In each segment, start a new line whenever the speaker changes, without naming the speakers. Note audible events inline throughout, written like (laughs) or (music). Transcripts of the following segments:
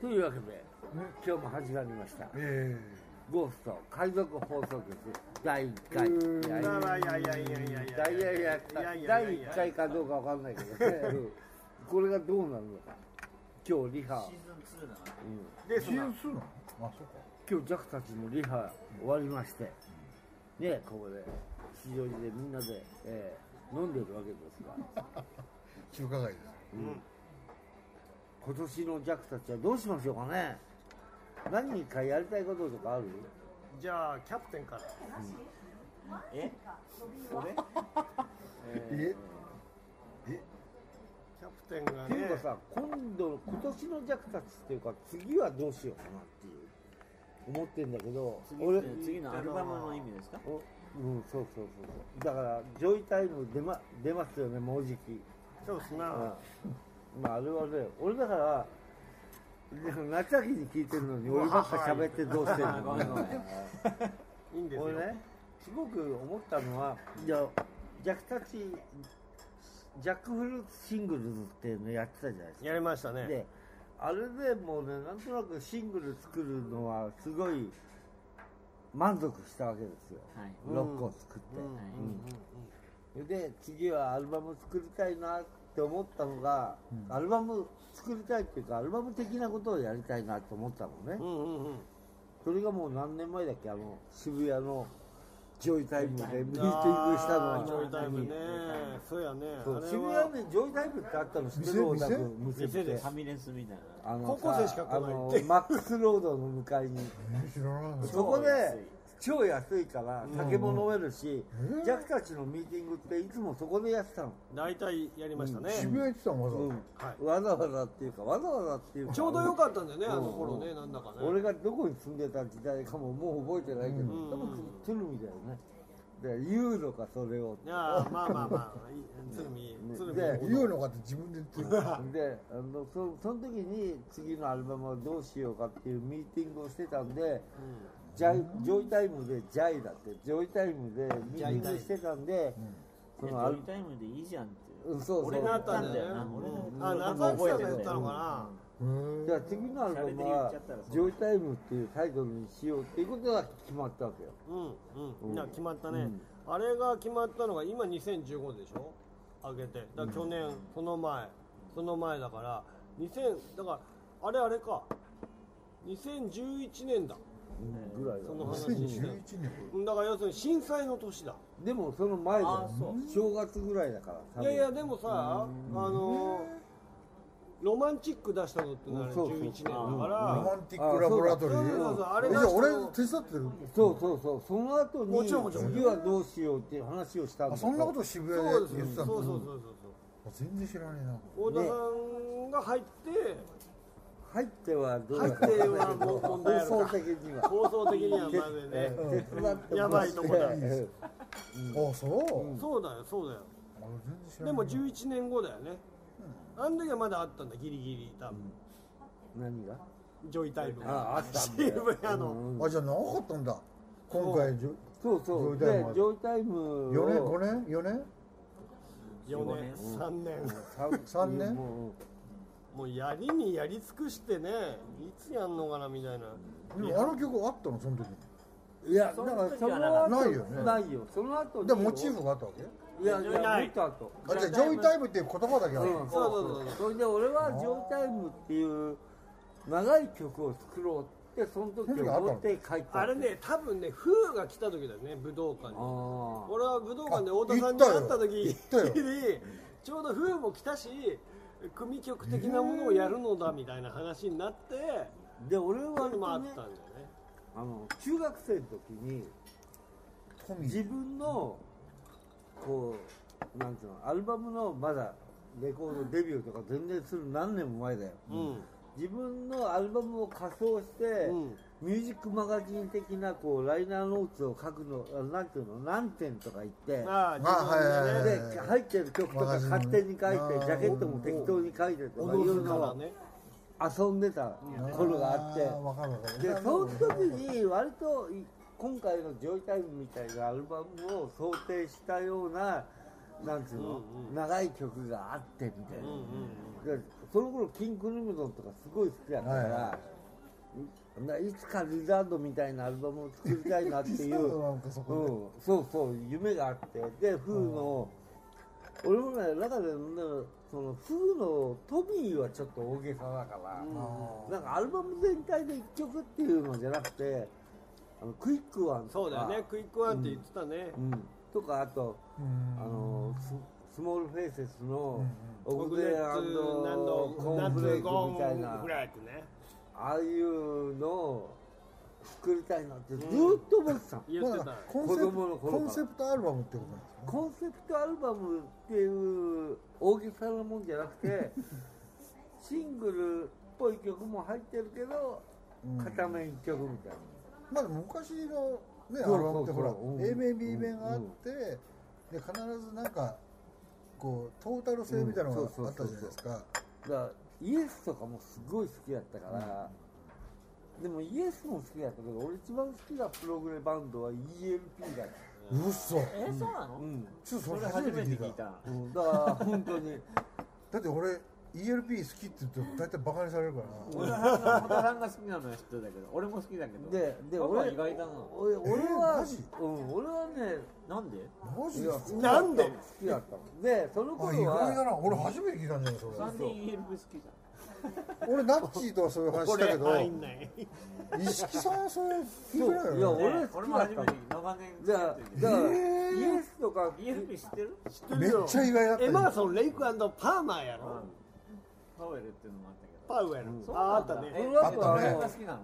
というわけで、今日も始まりました。
え
ゴースト海賊放送局第1回。
うん
いやい
まあ
や
まあいやいやいやいやいや
いやいや
いや
第1回かどうかわかんないけどね。うんこれがどうなるのか。今日リハ、
シーズン2なの
うん
で
え
そ
シー
の
ズン2なのあそうか
今日ジャクたちのリハ終わりまして、ね、ここで、非常にでみんなで、えー飲んでるわけですが、
中華街です
今年のジャクたちはどうしましょうかね。何かやりたいこととかある
じゃあキャプテンから
え俺
ええ
キャプテンが
っていう
ね
かさ、今度、今年のジャクたちっていうか、次はどうしようかなっていう、思ってんだけど、俺、
次のアルバムの意味ですか
おうん、そうそうそうそう。だから、ジョイタイム出ま出ますよね、もうじき。
そうですな
うんまああれはね、俺だから、でも夏秋に聞いてるのに、俺ばっか喋ってどうしてるの
ごめんごめん
いいんですよ
俺ね、すごく思ったのは、いや、ジャクたち、ジャックフルーツシングルズっていうのやってたじゃないですか。
やりましたね
で、あれでもうね、なんとなくシングル作るのは、すごい満足したわけですよ、
はい
6個作って。
うん
はい
で次はアルバム作りたいなって思ったのが、アルバム作りたいっていうかアルバム的なことをやりたいなと思ったのね、
うんうんうん
それがもう何年前だっけあの渋谷のジョイタイムでミーティングしたの
あージョイタイムねそうやね
そう
あれは
渋谷にジョイタイムってあったの知ってる
店店
大田君店
店です
ファミレスみたいな
あの
高校生しか来ない
あの
って
マックスロードの向かいに
知らなかった
そこで超安いから酒も飲めるし、
うん
ジャックたちのミーティングっていつもそこでやってたの
大体やりましたね
渋谷行ってたもんわざ
うん、わ
わざ
ざわざっていうかわざわざっていうか
ちょうどよかったんだよね
うん
あの頃ねなんだかね
俺がどこに住んでた時代かももう覚えてないけど、多分鶴見だよねで言うのかそれを
いやーまあまあまあいい鶴見鶴見
で
言うのかって自分で言ってる
であのそその時に次のアルバムをどうしようかっていうミーティングをしてたんで、ジャイジョイタイムでジャイだってジョイタイムでミーティングしてたんで、
そ
そ
の
の
ア
ア
ル
ル
タイムでいいじゃんって
うんそうそう
俺があったんだよな
うん
俺が
あ
俺も
夏秋
覚え
さん
て
が言
る
ったのかな
へー
じゃあ次のアルバムは「ジョイタイム」っていうタイトルにしようっていうことが決まったわけよ
うんうん、いや決まったね、あれが決まったのが今2015でしょ上げてだから去年、その前その前だから2000だからあれあれか2011年だ
ぐらいだ
その話して
2011年
うんだから要するに震災の年だ
(laughs) でもその前だ
あ
よ
ーそ
正月ぐらいだから多分
いやいやでもさあのロマンチック出したのってな
う
る
んそうそう
11年だ
うん
か
ロ
ら
マンティックラボラトリ
あそうだそうそうそうあれ
ー
が
えじゃあ俺手伝ってる
そうそうそうその後に
もちろんもちろん
次はどうしようっていう話をしたんだ
あ
けど
そんなこと渋
そう
谷
で
です言
よ
ってた
そ
ん
う
だ
そうそうそう
あ全然知らねえな
そう太田さんが入って
入ってはどう
入
だ
っ
か
て
わかんない
は
け
も
ど
う問題あるか
放送的には
放送的にはまずいね
え (laughs) 手伝ってもらって
やばいとこだ
ええ
あそう、
そうだよそう
あ俺全
だよ
然知らねえ
でも11年後だよね、あの時はまだあったんだギリギリ多分、
(laughs) 何が
ジョイタイム
あああったんだよ
渋谷の、
あじゃあ長かったんだ今回じゅ
そうそう
ジョイタイ
で
ム
ジョイタイム
は
を
4年5年4年
4年3年、
さん
三年
もう
もうやりにやり尽くしてねいつやんのかなみたいな
でもあの曲あったのその時
いやだからその後
ないよね
ないよその後に
でモチーフがあったわけ
いやいや
ない
もっと後
あじゃあジョイタイムっていう言葉だけあった、
うん、そうそうそうそれで俺は「ジョイタイム」っていう長い曲を作ろうってその時思って書いた
あれね多分ね風が来た時だよね武道館に
あ
俺は武道館で
あ
太田さんに会った
言
時
ったよ
にちょうど風も来たし組曲的なものをやるのだみたいな話になって、
あで俺は割
今あ
と
っ
ね
たんだよね
あの中学生の時に
トミ
自
ー
分のこうなんていうのアルバムのまだレコードデビューとか全然する何年も前だよ、
うん
自分のアルバムを仮装して、
うん
ミュージックマガジン的なこうライナーノーツを書くのあなんていうの何点とか言って
ああ
まあ
自分でね、
はいはいはい
で入ってる曲とか勝手に書いてジ
マガジンのね
ャケットも適当に書いてとかい
踊
う
るか
の
ら
を
ね
遊んでた頃があって
ーわかるわかる
でその時に割とい今回の「ジョイタイム」みたいなアルバムを想定したようななんつうの長い曲があってみたいなでその頃キングクリムゾンとかすごい好きやったから、
はいはい
ないつかリザードみたいなアルバムを作りたいなっていう、
リザードなんかそこで
うん、そうそう夢があってでフーの、俺もね中でねそのフーのトミーはちょっと大げさだから、なんかアルバム全体で一曲っていうのじゃなくてあのクイックワンと
そう
か
だよねクイックワンって言ってたね、
うん、とかあと
うん
あのススモールフェイセスのオ
オ
グ
グ
デ
レ
ン
ッツなん
コーンフレークみたい
ナッツコーン
な
フレークね
ああいうのを作りたいなってずーっと思ってたの、
言ってた、
まあコンセプ
子供の頃
ト
から
コンセプトアルバムってことなんですか
コンセプトアルバムっていう大げさなもんじゃなく
(laughs)
てシングルっぽい曲も入ってるけど片面一曲みたいな、
まあでも昔の
そう
ね
そ
ア
うそう
ルバムってほら
うん
A 面 B 面があってで必ずなんかこうトータル性みたいなの
うん
があったじゃないですか
だからイエスとかもすごい好きだったから、でもイエスも好きだったけど俺一番好きなプログレバンドは ELP だった、
嘘
えそうなの
うん
ちょっとそ
そ
れ
れ
初
初
め
め
て
て
聞
聞
い
い
た
た
だから本当に
だって俺 ELP 好きって言って大体バカにされるからな
俺は本田さんが好きなのは知ってたけど俺も好きだけど
でで
パパは
俺
意外だな
俺俺は
マジ、
うん、俺はね
なんで
マジですか
なんで
好きだったのでその
あ意
頃
外だ
は
な俺初めて聞いたんじゃないそ
3
れ
人 ELP 好きじ
俺ナッチーとはそういう話したけど
入んない
石木さんはそう聞い
そ
て
う
ない
いや
よね
ゃん
俺
ね
好
俺
き
も
だっ
初
た
め
の
て長年
じゃあ
付き
じゃ
合
あ
ってる
イエスとか
けど ELP 知ってる
めっちゃ意外だった
エ
よ
マーソンレイクパーマーやろ、
パウエルっていうのもあったけど
パウエル、
そう
ああ
なん
った
だ
ね
え
その後
あったね
誰が好きなの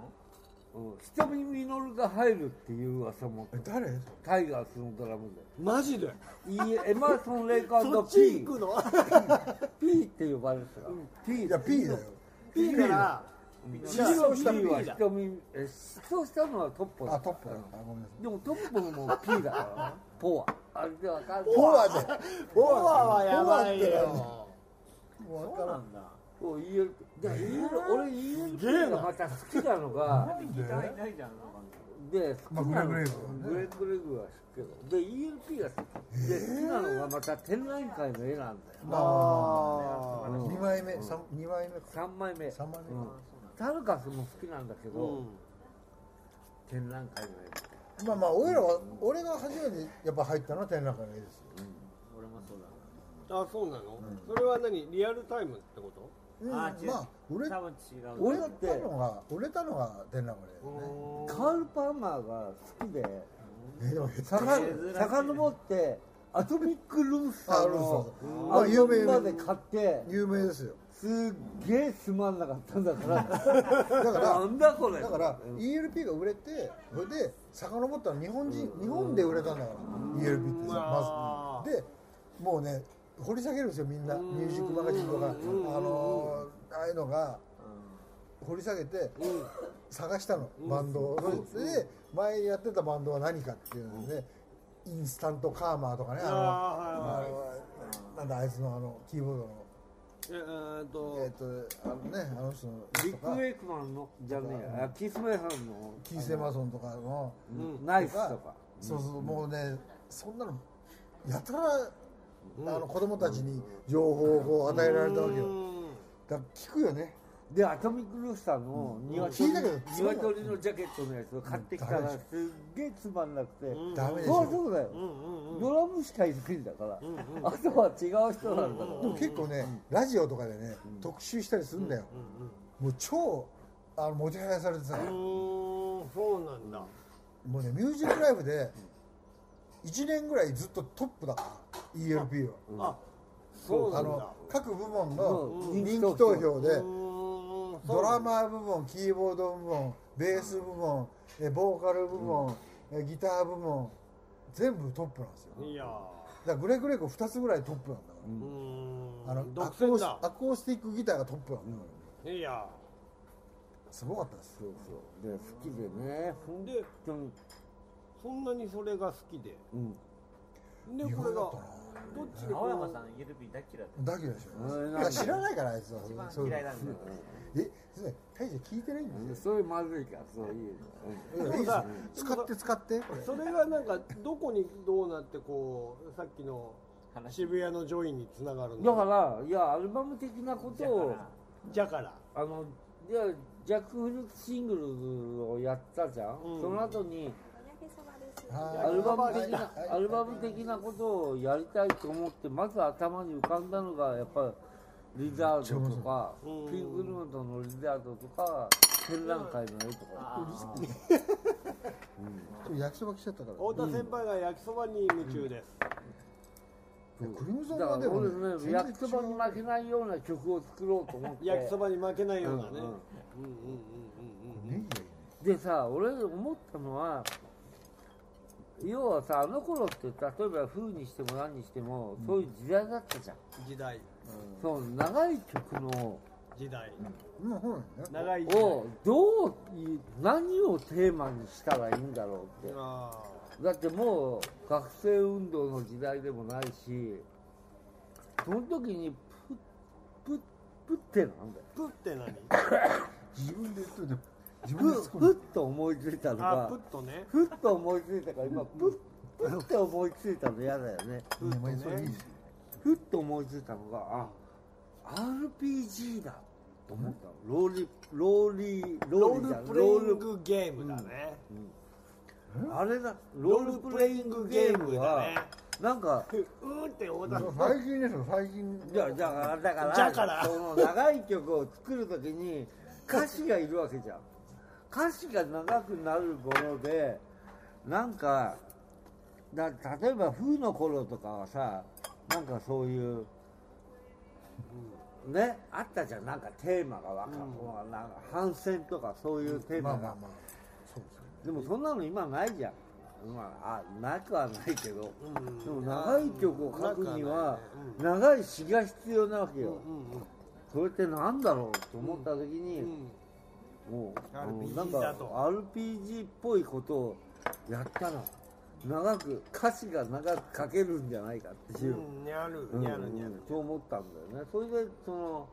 うん瞳にミノルが入るっていう噂も
え誰
タイガースのドラムで
マジで
E- エマーソン・レイカー
そ
ド
っ
P
ち行くの
P って呼ばれてたから、P
いや P だよ
P から
一応
した
P は
P だ
瞳え失踪したのはトッポだ
あトップだあごめんなさい
でもトッポも P だからねポアあれでわかんない
ポアで
フォアはやばいよ
わ
そうなんだ
そう言えるで言える俺言えるがまた好きなのが
なんでギターいないじゃんその感じ
で好きなの
まあグレ
が
ーグ
グレーグレーグは知ってるで ELP が好きで好きなのがまた展覧会の絵なんだよ
あ
あ
2枚目三二枚目か
3枚目
三枚目
うんタルカスも好きなんだけど、展覧会の
まあまあ俺らは俺が初めてやっぱ入ったのは展覧会の絵ですよ
俺もそうだな
あそうなの、それは何リアルタイムってこと
うん
あー違う
まあ売れ
多分違う
俺
売れたのが売れたのが展覧会の
絵カール・パーマーが好きで
絵ですねえでも下手
さ
珍しいね
かのぼってアトミック・ルーサーの
あ
ア
ルーサーそうそう
ル
まあ有名
バムまで買って
有名ですよ
すっげえつまんなかったんだから
だか
(laughs) な
ら
んだこれ
だから
うん
ELP が売れてそれで遡ったの日本人日本で売れたんだから ELP って
う
さ
わ
まずでもうね掘り下げるんですよみんなミュージックマガジンとかあのーああいうのが掘り下げて探したのバンドをそれで前やってたバンドは何かっていうのでインスタントカーマーとかねあの
あ
あのなんだあいつのあのキーボードの
えーっと、
えっとあのねあの人の
ビッ
とか
グ・ウェイクマンのじゃねえやキース・メイハンの
キース・エマソンとかの
うんナイスと
と
か
かそうそうもうねそんなのやたらあの子供たちに情報をこう与えられたわけよ
うん
だから聞くよね
でアトミック・ルーサーの
聞
鶏
いたけど
の鶏のジャケットのやつを買ってきたらすっげえつまんなくて、
ダメでし
そう
ょ
そうだよ、ドラムしかいないんだから、あとは違う人なんだから、
でも結構ねラジオとかでね特集したりするんだよもう超あのもてはやされてさ
うーんそうなんだ
もうねミュージックライブで1年ぐらいずっとトップだから ELP は
あそうな
あ
んだ
の各部門の
うん
人気投票で
うーん
ドラマー部門、キーボード部門、ベース部門、えボーカル部門、えギター部門、全部トップなんですよ。だか
いやー
らグレグレコ2つぐらいトップなんだか
うーん
ら。あのア
独
コー
占
ス
だ
アコースティックギターがトップなんだか
いや
ら。すごかったです。
そうそうで好きでね本
で
当に、
そんなにそれが好きで
うん、
で
意
こ
外
れが
だ
ど
った
っちでこ
青
う
山さん ELP 大嫌い
な。だけどでし
う
ょ。
ん
だから知らないからあいつは。
だ
そ
一
ういう
番嫌い
の
なんだよ
え、すね、大将聞いてないんですよ
でそれまずいからそういうの、
うん。いいですよ使って使って。これ
それがなんかどこにどうなってこうさっきの
話
渋谷のジョインにつながる
うん
の
だからいやアルバム的なことを
だから
じゃから
あのいやジャック・フルシングルをやったじゃん、
うん
その後に
はい
アルバム的な、
はいはい
アルバム的なことをやりたいと思ってまず頭に浮かんだのがやっぱりリザードとかピ
うん
ンク・ルードのリザードとか展覧会の絵とか
でも焼きそば来ちゃったから
太田先輩が焼きそばに夢中です、
いやクリムゾン
だか
はで
ら
も
俺
ね全
ね
然
焼きそば
違
に
う
負けないような曲を作ろうと思って
焼きそばに負けないようなね、
うんうん
うんうんうんうんうん
ネギがいいね
でさ俺思ったのは要はさあの頃って例えば風にしても何にしてもそういう時代だったじゃん、
時代
その長い曲の
時代
うんうんほらね
長い時代
をどうい何をテーマにしたらいいんだろうって
あ
だってもう学生運動の時代でもないしその時にプップップってなんだよ
ープって何
自分で言っといて自分で
プ
作
ップ
る
ッと思いついたの
あ
が
プッとね
ふっと思いついたから今プップッて思いついたの嫌だよね
プッと
ねそれいい
ね
し
ふっと思いついたのがあ RPG だと思ったのローリローリ
ロ
リじゃ
ー
ん
ルプレイングゲームだね、
あれだ
ロールプレイングゲームだね
なんか
うーんって太田さん
最近ですよ最近
いやだからだから
じゃから
その長い曲を作るときに歌詞がいるわけじゃん歌詞が長くなるものでなんかだ例えば風の頃とかはさなんかそういう、うんねあったじゃんなんかテーマが分かる、なんか反戦とかそういうテーマが、
まあまあまあそうですよね
でもそんなの今ないじゃんまああなくはないけど、
うん
でも長い曲を書くには長い詩が必要なわけよ、
うんうん
それってなんだろうと思った時に、
うん
もうあの
RPG
なんか
だと
RPG っぽいことをやったら長く歌詞が長く書けるんじゃないかっていう、
うんにゃる
うん
にゃるにゃ
う
る
んそう思ったんだよねそれでその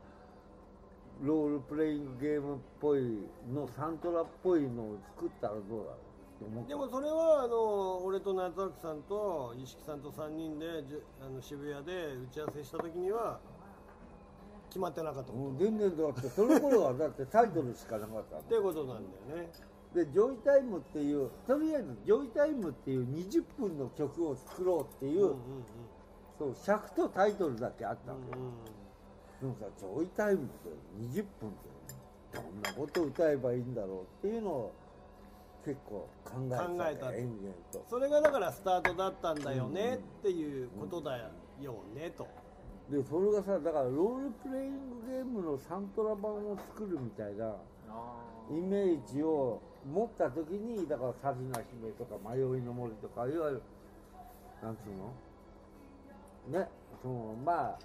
ロールプレイングゲームっぽいのサントラっぽいのを作ったらどうだろうと思った
でもそれはあの俺と夏崎さんと石木さんと3人でじゅあの渋谷で打ち合わせした時には決まってなかったこ
もう全然だってその頃はだってタイトルしかなかった
とっていうことなんだよね
でジョイタイムっていうとりあえずジョイタイムっていう20分の曲を作ろうっていう、
うんうん
そう尺とタイトルだけあったわけ、
うん
でもさジョイタイムって20分でどんなこと歌えばいいんだろうっていうのを結構考えてた,、
考えた
延々と
それがだからスタートだったんだよねっていうことだよねと
でそれがさだからロールプレイングゲームのサントラ版を作るみたいなイメージを持った時にだから「サビナ姫」とか「迷いの森」とかいわゆるなんつうのねそのまあ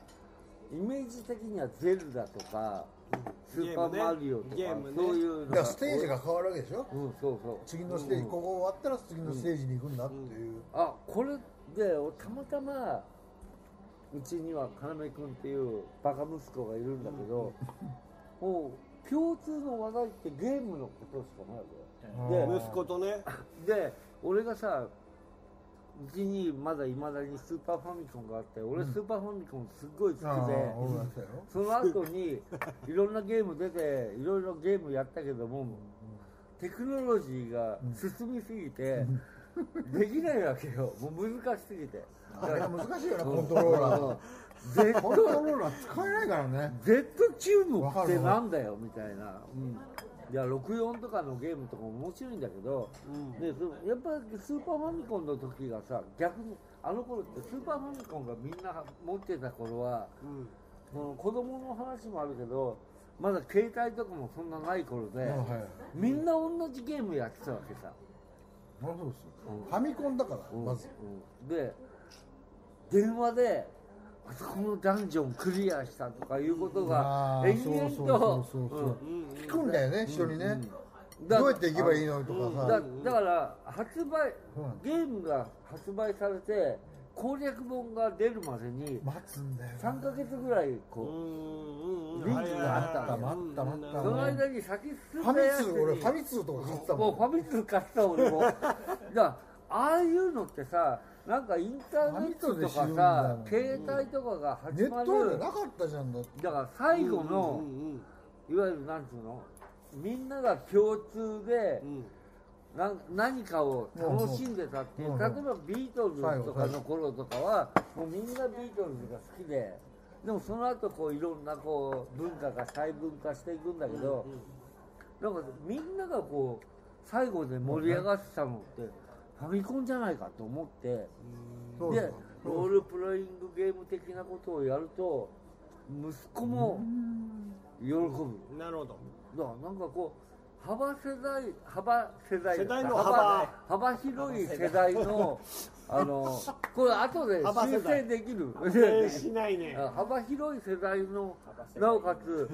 イメージ的には「ゼルダ」とか「ス
うん
ーパーマリオ」とか、
ゲームね
そういうの
だからステージが変わるわけでしょ
うんそうそう
次のステージここ終わったら次のステージに行くんだっていう
あこれでたまたまうちには要くんっていうバカ息子がいるんだけ
(laughs)
ど、もう共通の話題ってゲームのことしかないわけよ、
うん
で
息子とね
で俺がさうちにまだいまだにスーパーファミコンがあって俺スーパーファミコンすっごい好きで、
ああ俺がやってたよ
その後にいろんなゲーム出ていろいろゲームやったけどもテクノロジーが進みすぎて、できないわけ
(laughs)
よもう難しすぎて
あれは難しいよなコントローラー
ー Z
コントローラー使えないからね
Z チュームってなんだよみたいな、うん、いや64とかのゲームとかも面白いんだけど、でそやっぱりスーパーファミコンの時がさ逆にあの頃ってスーパーファミコンがみんな持ってた頃は
うん
その子供の話もあるけどまだ携帯とかもそんなない頃で、
あはい
みんな同じゲームやってたわけさ、
まあそうですよファミコンだから
うん
まず
うんで電話であそこのダンジョンクリアしたとかいうことが
ああ
延
そう
々
そう
と
そうそう
うん
聞くんだよね人にね
だ
どうやって行けばいいのとか
だ
さ
だから発売
うん
ゲームが発売されて攻略本が出るまでに
待つんだよ
3ヶ月ぐらいこう、
うんうんうん
リンクがあった
待った待った
その間に先進
ファ
んだやつ
ミ
に
通俺ファミ通とか買ってたも
もう
ん
ファミ通買った俺
(laughs)
もだからああいうのってさなんかインターネットとか
フ
さ
ァミ通で知
携帯とかが
ネ
始ま
ットは
る
なかったじゃんだって
だから最後
う
の
んうん
いわゆるなんつうのみんなが共通で
うん
な何かを楽しんでたっていう、
うんうん
例えばビートルズとかの頃とかはもうみんなビートルズが好きででもその後こういろんなこう文化が細分化していくんだけど、なんかみんながこう最後で盛り上がってたのってファミコンじゃないかと思って。
そう
でロールプレイングゲーム的なことをやると息子も喜ぶだか
うんなるほど
らなんかこう幅世代幅世代
世代の
幅広い世代のあのこれ後で
幅世
修
代
正できる
えーしないね
(laughs) 幅広い世代のなおかつ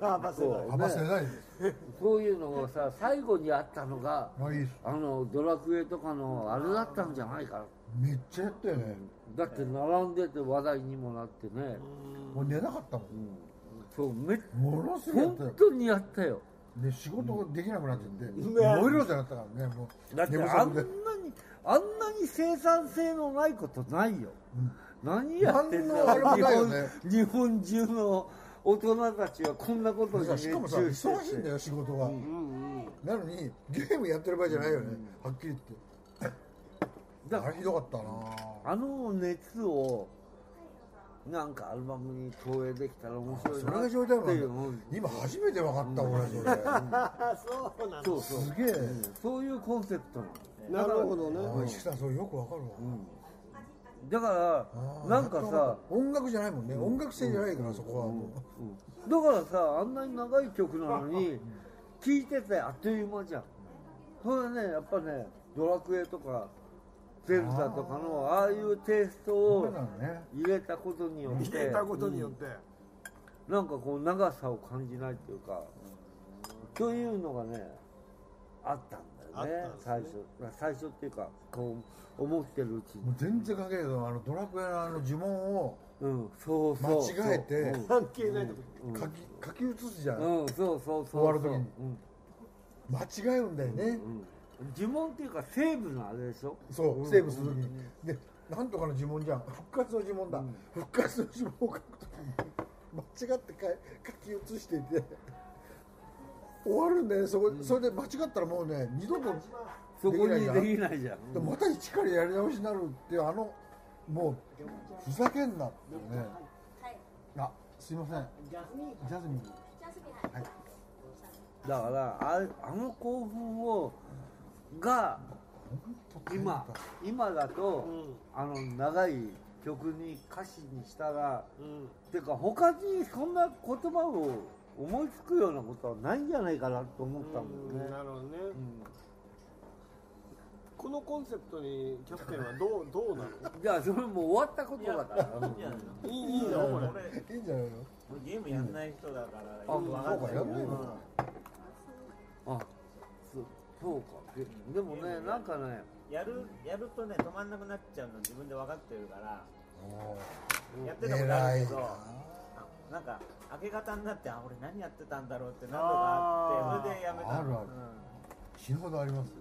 あバスだ
こう
幅世
ね
代
そういうのがさ最後にあったのが
まあいいです
あのドラクエとかのあれだったんじゃないかな
めっちゃやったよね
だって並んでて話題にもなってね、
もう寝なかったも
そうめっ
んものすごいやったよ
本当にやったよ
で仕事ができなくなっちゃって
ん
燃えるようじゃなったからねもう
だって
寝不
あんな
足で
にあんなに生産性のないことないよ、何やってんだよ
何のあれもないよね
日本日本中の大人たちはこんなことに
さ
熱
しかも
中
さ
して
忙しいんだ
よ
よ仕事がなのにゲームやってる場合じゃないよねはっきり言って
だ
あれひどかったな
あの熱をなんかアルバムに投影できたら面白い
それ
な
が
ってい
状態な
うん
だ今初めて分かった俺それ
あそうな
そ
の
うそう
すげえ
そういうコンセプトなの
なるほどね
あ石木さんそれよく分かるわ
だか
あー
らなんか
やっとわ
さ
った音楽じゃないもんね音楽性じゃないからそこはも
だからさあんなに長い曲なのに聴いててあっという間じゃんそれはねやっぱね「ドラクエ」とか「ゼルダ」とかのああいうテイスト
うそ
を
うなのね
入れたことによっ
入
て
れたことによって
なんかこう長さを感じないっていうかというのがねあったんだよね
あった
最
んで
初最初っていうかこう思ってるうち
も
に
う全然関係ないけどあのドラクエのあの呪文を
うんそうそう
間違えて
そう
関係ないとこ
書き書き写すじゃ
うんん、うんそうそうそうそう
終わる時に
うん
間違うんだよね
うん呪文っていうかセーブのあれでしょ
そうセーブする時にでなんとかの呪文じゃん復活の呪文だ復活の呪文を書く時に間違って書書き写していて終わるんだよねそこそれで間違ったらもうね二度と
そこに
じゃん
できないじゃん
でまた一からやり直しになるっていうあのもうふざけんなっていうねあすいませんジャスミン
だからああの興奮をが今今だと、
うん
あの長い曲に歌詞にしたら
うん
っていうか他にそんな言葉を思いつくようなことはないんじゃないかなと思ったんだよね
なるほどねこのコンセプトにキャプテンはどうどうなの
じゃあそれもう終わったことだからうん
いいいいのこれ
いいんじゃないの
俺ゲームやんない人だか
あ
らよくわかんない
そうか
け
やんないのか
あそうそうかででもねなんかね
やるやるとね止まんなくなっちゃうの自分で分かってるからやってたことあ
偉
る
い
け
な
どあなんか明け方になってあ俺何やってたんだろうって何度かあってそれでやめたの
あるある死ぬほどあります、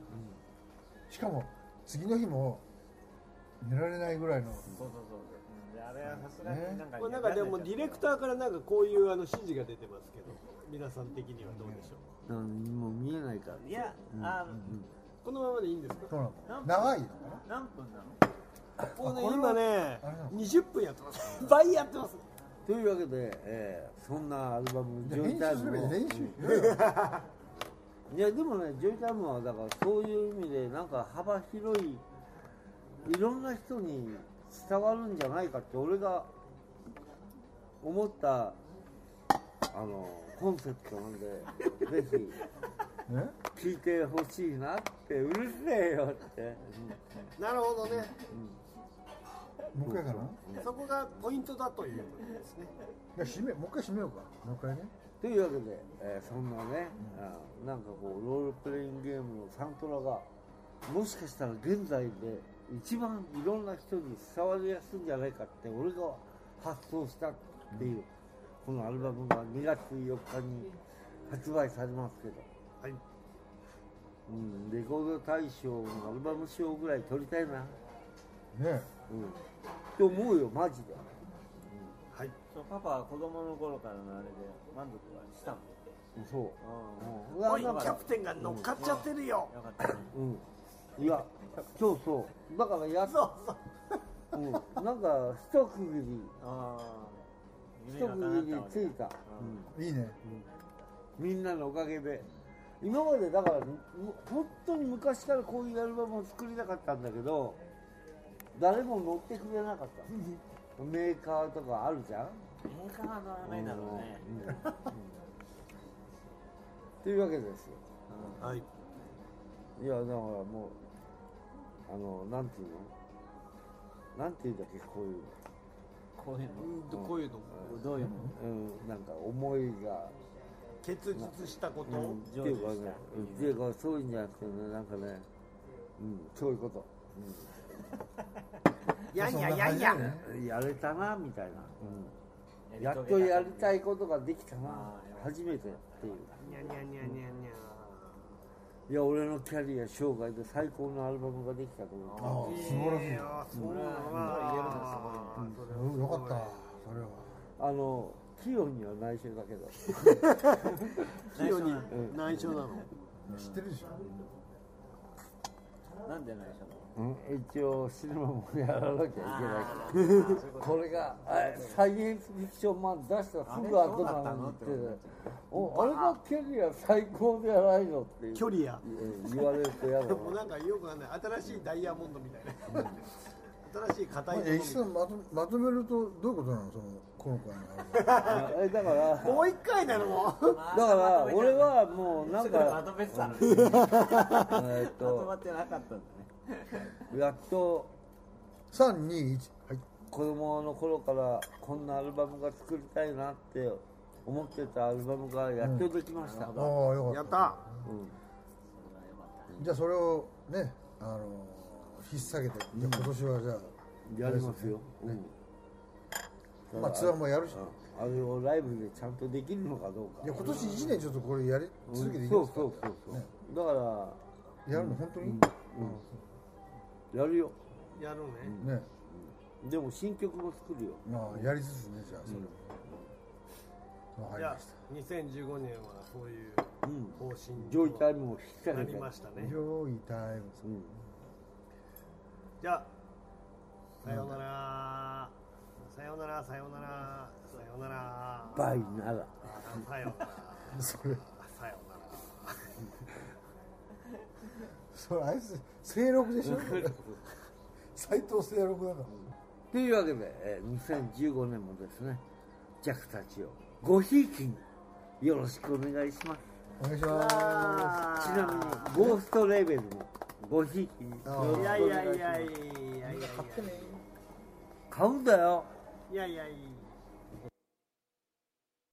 しかも次の日も寝られないぐらいの
うんそうそうそううんであれはさすがになんか
これなんかでもディレクターからなんかこういうあの指示が出てますけど皆さん的にはどうでしょう
うんもう見えないから
いやあ
このままでいいんですか
そうなんだ長いのかな
何分なの
もう
これは
ね今ね
あれなの
20分やってます倍やってます
というわけで、えーそんなアルバム「ジ
じゃあ
ョ
編
イタイ
集すれ
ム
ばいい
を」
編集
いやでもねジョイタイムはだからそういう意味でなんか幅広いいろんな人に伝わるんじゃないかって俺が思ったあのコンセプトなんでぜ
ね
ひ聞いてほしいなってうるせえよって、
なるほどね
もう一回かな
そこがポイントだということですね
いや締めもう一回締めようかもう一回ね
というわけで、えーそんなね、あーなんかこうロールプレイングゲームのサントラがもしかしたら現在で一番いろんな人に伝わりやすいんじゃないかって俺が発想したっていう、このアルバムが2月4日に発売されますけど、
はい
うん、レコード大賞のアルバム賞ぐらい取りたいな、
ね
うん、って思うよマジで
はい
そうパパは子供の頃からのあれで満足はしたもん
そう
う
うんうわ
おいキ
なん
ャ
か
プテンが乗っかっちゃってるよ
んよかったね
うんいやそうそうだからやっ
そうそ
う
う
ん、なんか一区切り
あー
一
夢が叶
区切り
った
ついた、
いいね
うんみんなのおかげで今までだからむ本当に昔からこういうアルバムを作りたかったんだけど誰も乗ってくれなかったメーカーとかあるじゃん
映画は乗らないだろうね
うんうんというわけですよ
はい
いやだからもうあのなんていうのなんていうんだっけこういう
こういうの
うんとこういうの
どういうの
うん、なんか思いが、
結実したこ
う
と、
ん、っていうかね、うんっていうかそういうんじゃなくてね、なんかね、うん、そういうこと、
やいやいやいや、
うん、やれたなみたいな、うん、やっ
遂
と
げ
や
感
り
じ
たいことができたな
あーよ、かった
初めてっていう。
にゃにゃにゃにゃにゃ
いや、俺のキャリア生涯で最高のアルバムができたと
ああ
思う。
素晴らしい
いやそうな
う
の
うんよかったそれは
あの、器用には内緒だけど、
器用に
うん
内緒なの
知ってるでしょ
なんでないでしょ
うん、一応シネマもやらなきゃいけ
あ
ないけ
ーそういう
ど、
こ
これが、あサイエンスフィクションマン出したすぐ後なのにって
あれどうなったのって、
お、あれがキャリア最高じゃないのっていう。
距離や
うん言われると嫌だな
もうなんかよくわかんない新しいダイヤモンドみたいな新しい
ま
硬
あ
いもの
え
み
一
たい
緒にまとまとめるとどういうことなのそのこの子のあれは
あえ
(laughs)
だから
なもう一回なのもう
と
だから俺はもうなん
すぐま
か
とめてたのにま
えーっ
とま
と
ってなかったんだね
やっと
三二一はい
子供の頃からこんなアルバムが作りたいなって思ってたアルバムがやっとできました、うん
ああよか
や
っ
ったた
じゃあそれをねあのー引っ提げてじゃあ今年はじゃ
やりますよ、うん
あまあツアーもやるしい
あれをライブでちゃんとできるのかどうか
や今年一年ちょっとこれやり
うん
続けていき
そ
ま
う
すか
そうそうそう、
ね
だから
やるの本当に
やるよ
やるね、
ね
でも新曲も作るよ
まあやりつつねじゃあそれをわか
じ
り
ゃ
ま
あ
した
2015年はそういう
うん
方針
上位タイムを引っ掛
な
け
り
て
ましたね
用意タイム
うん
じゃあさようならさようならさようならさようなら
バイなら
さようなら
それ
さようなら
それあいつ清六
(laughs)
でしょ斎藤清六だから
というわけで、えー2015年もですね、ジャックたちをごひいきによろしくお願いします。
お願いしま
ちなみに、ゴーストレーベルもごひいきによろしくお
いや
願い
い
し
やいやいや
ま
いやいやいや
す。買うんだよ。
いやいやいや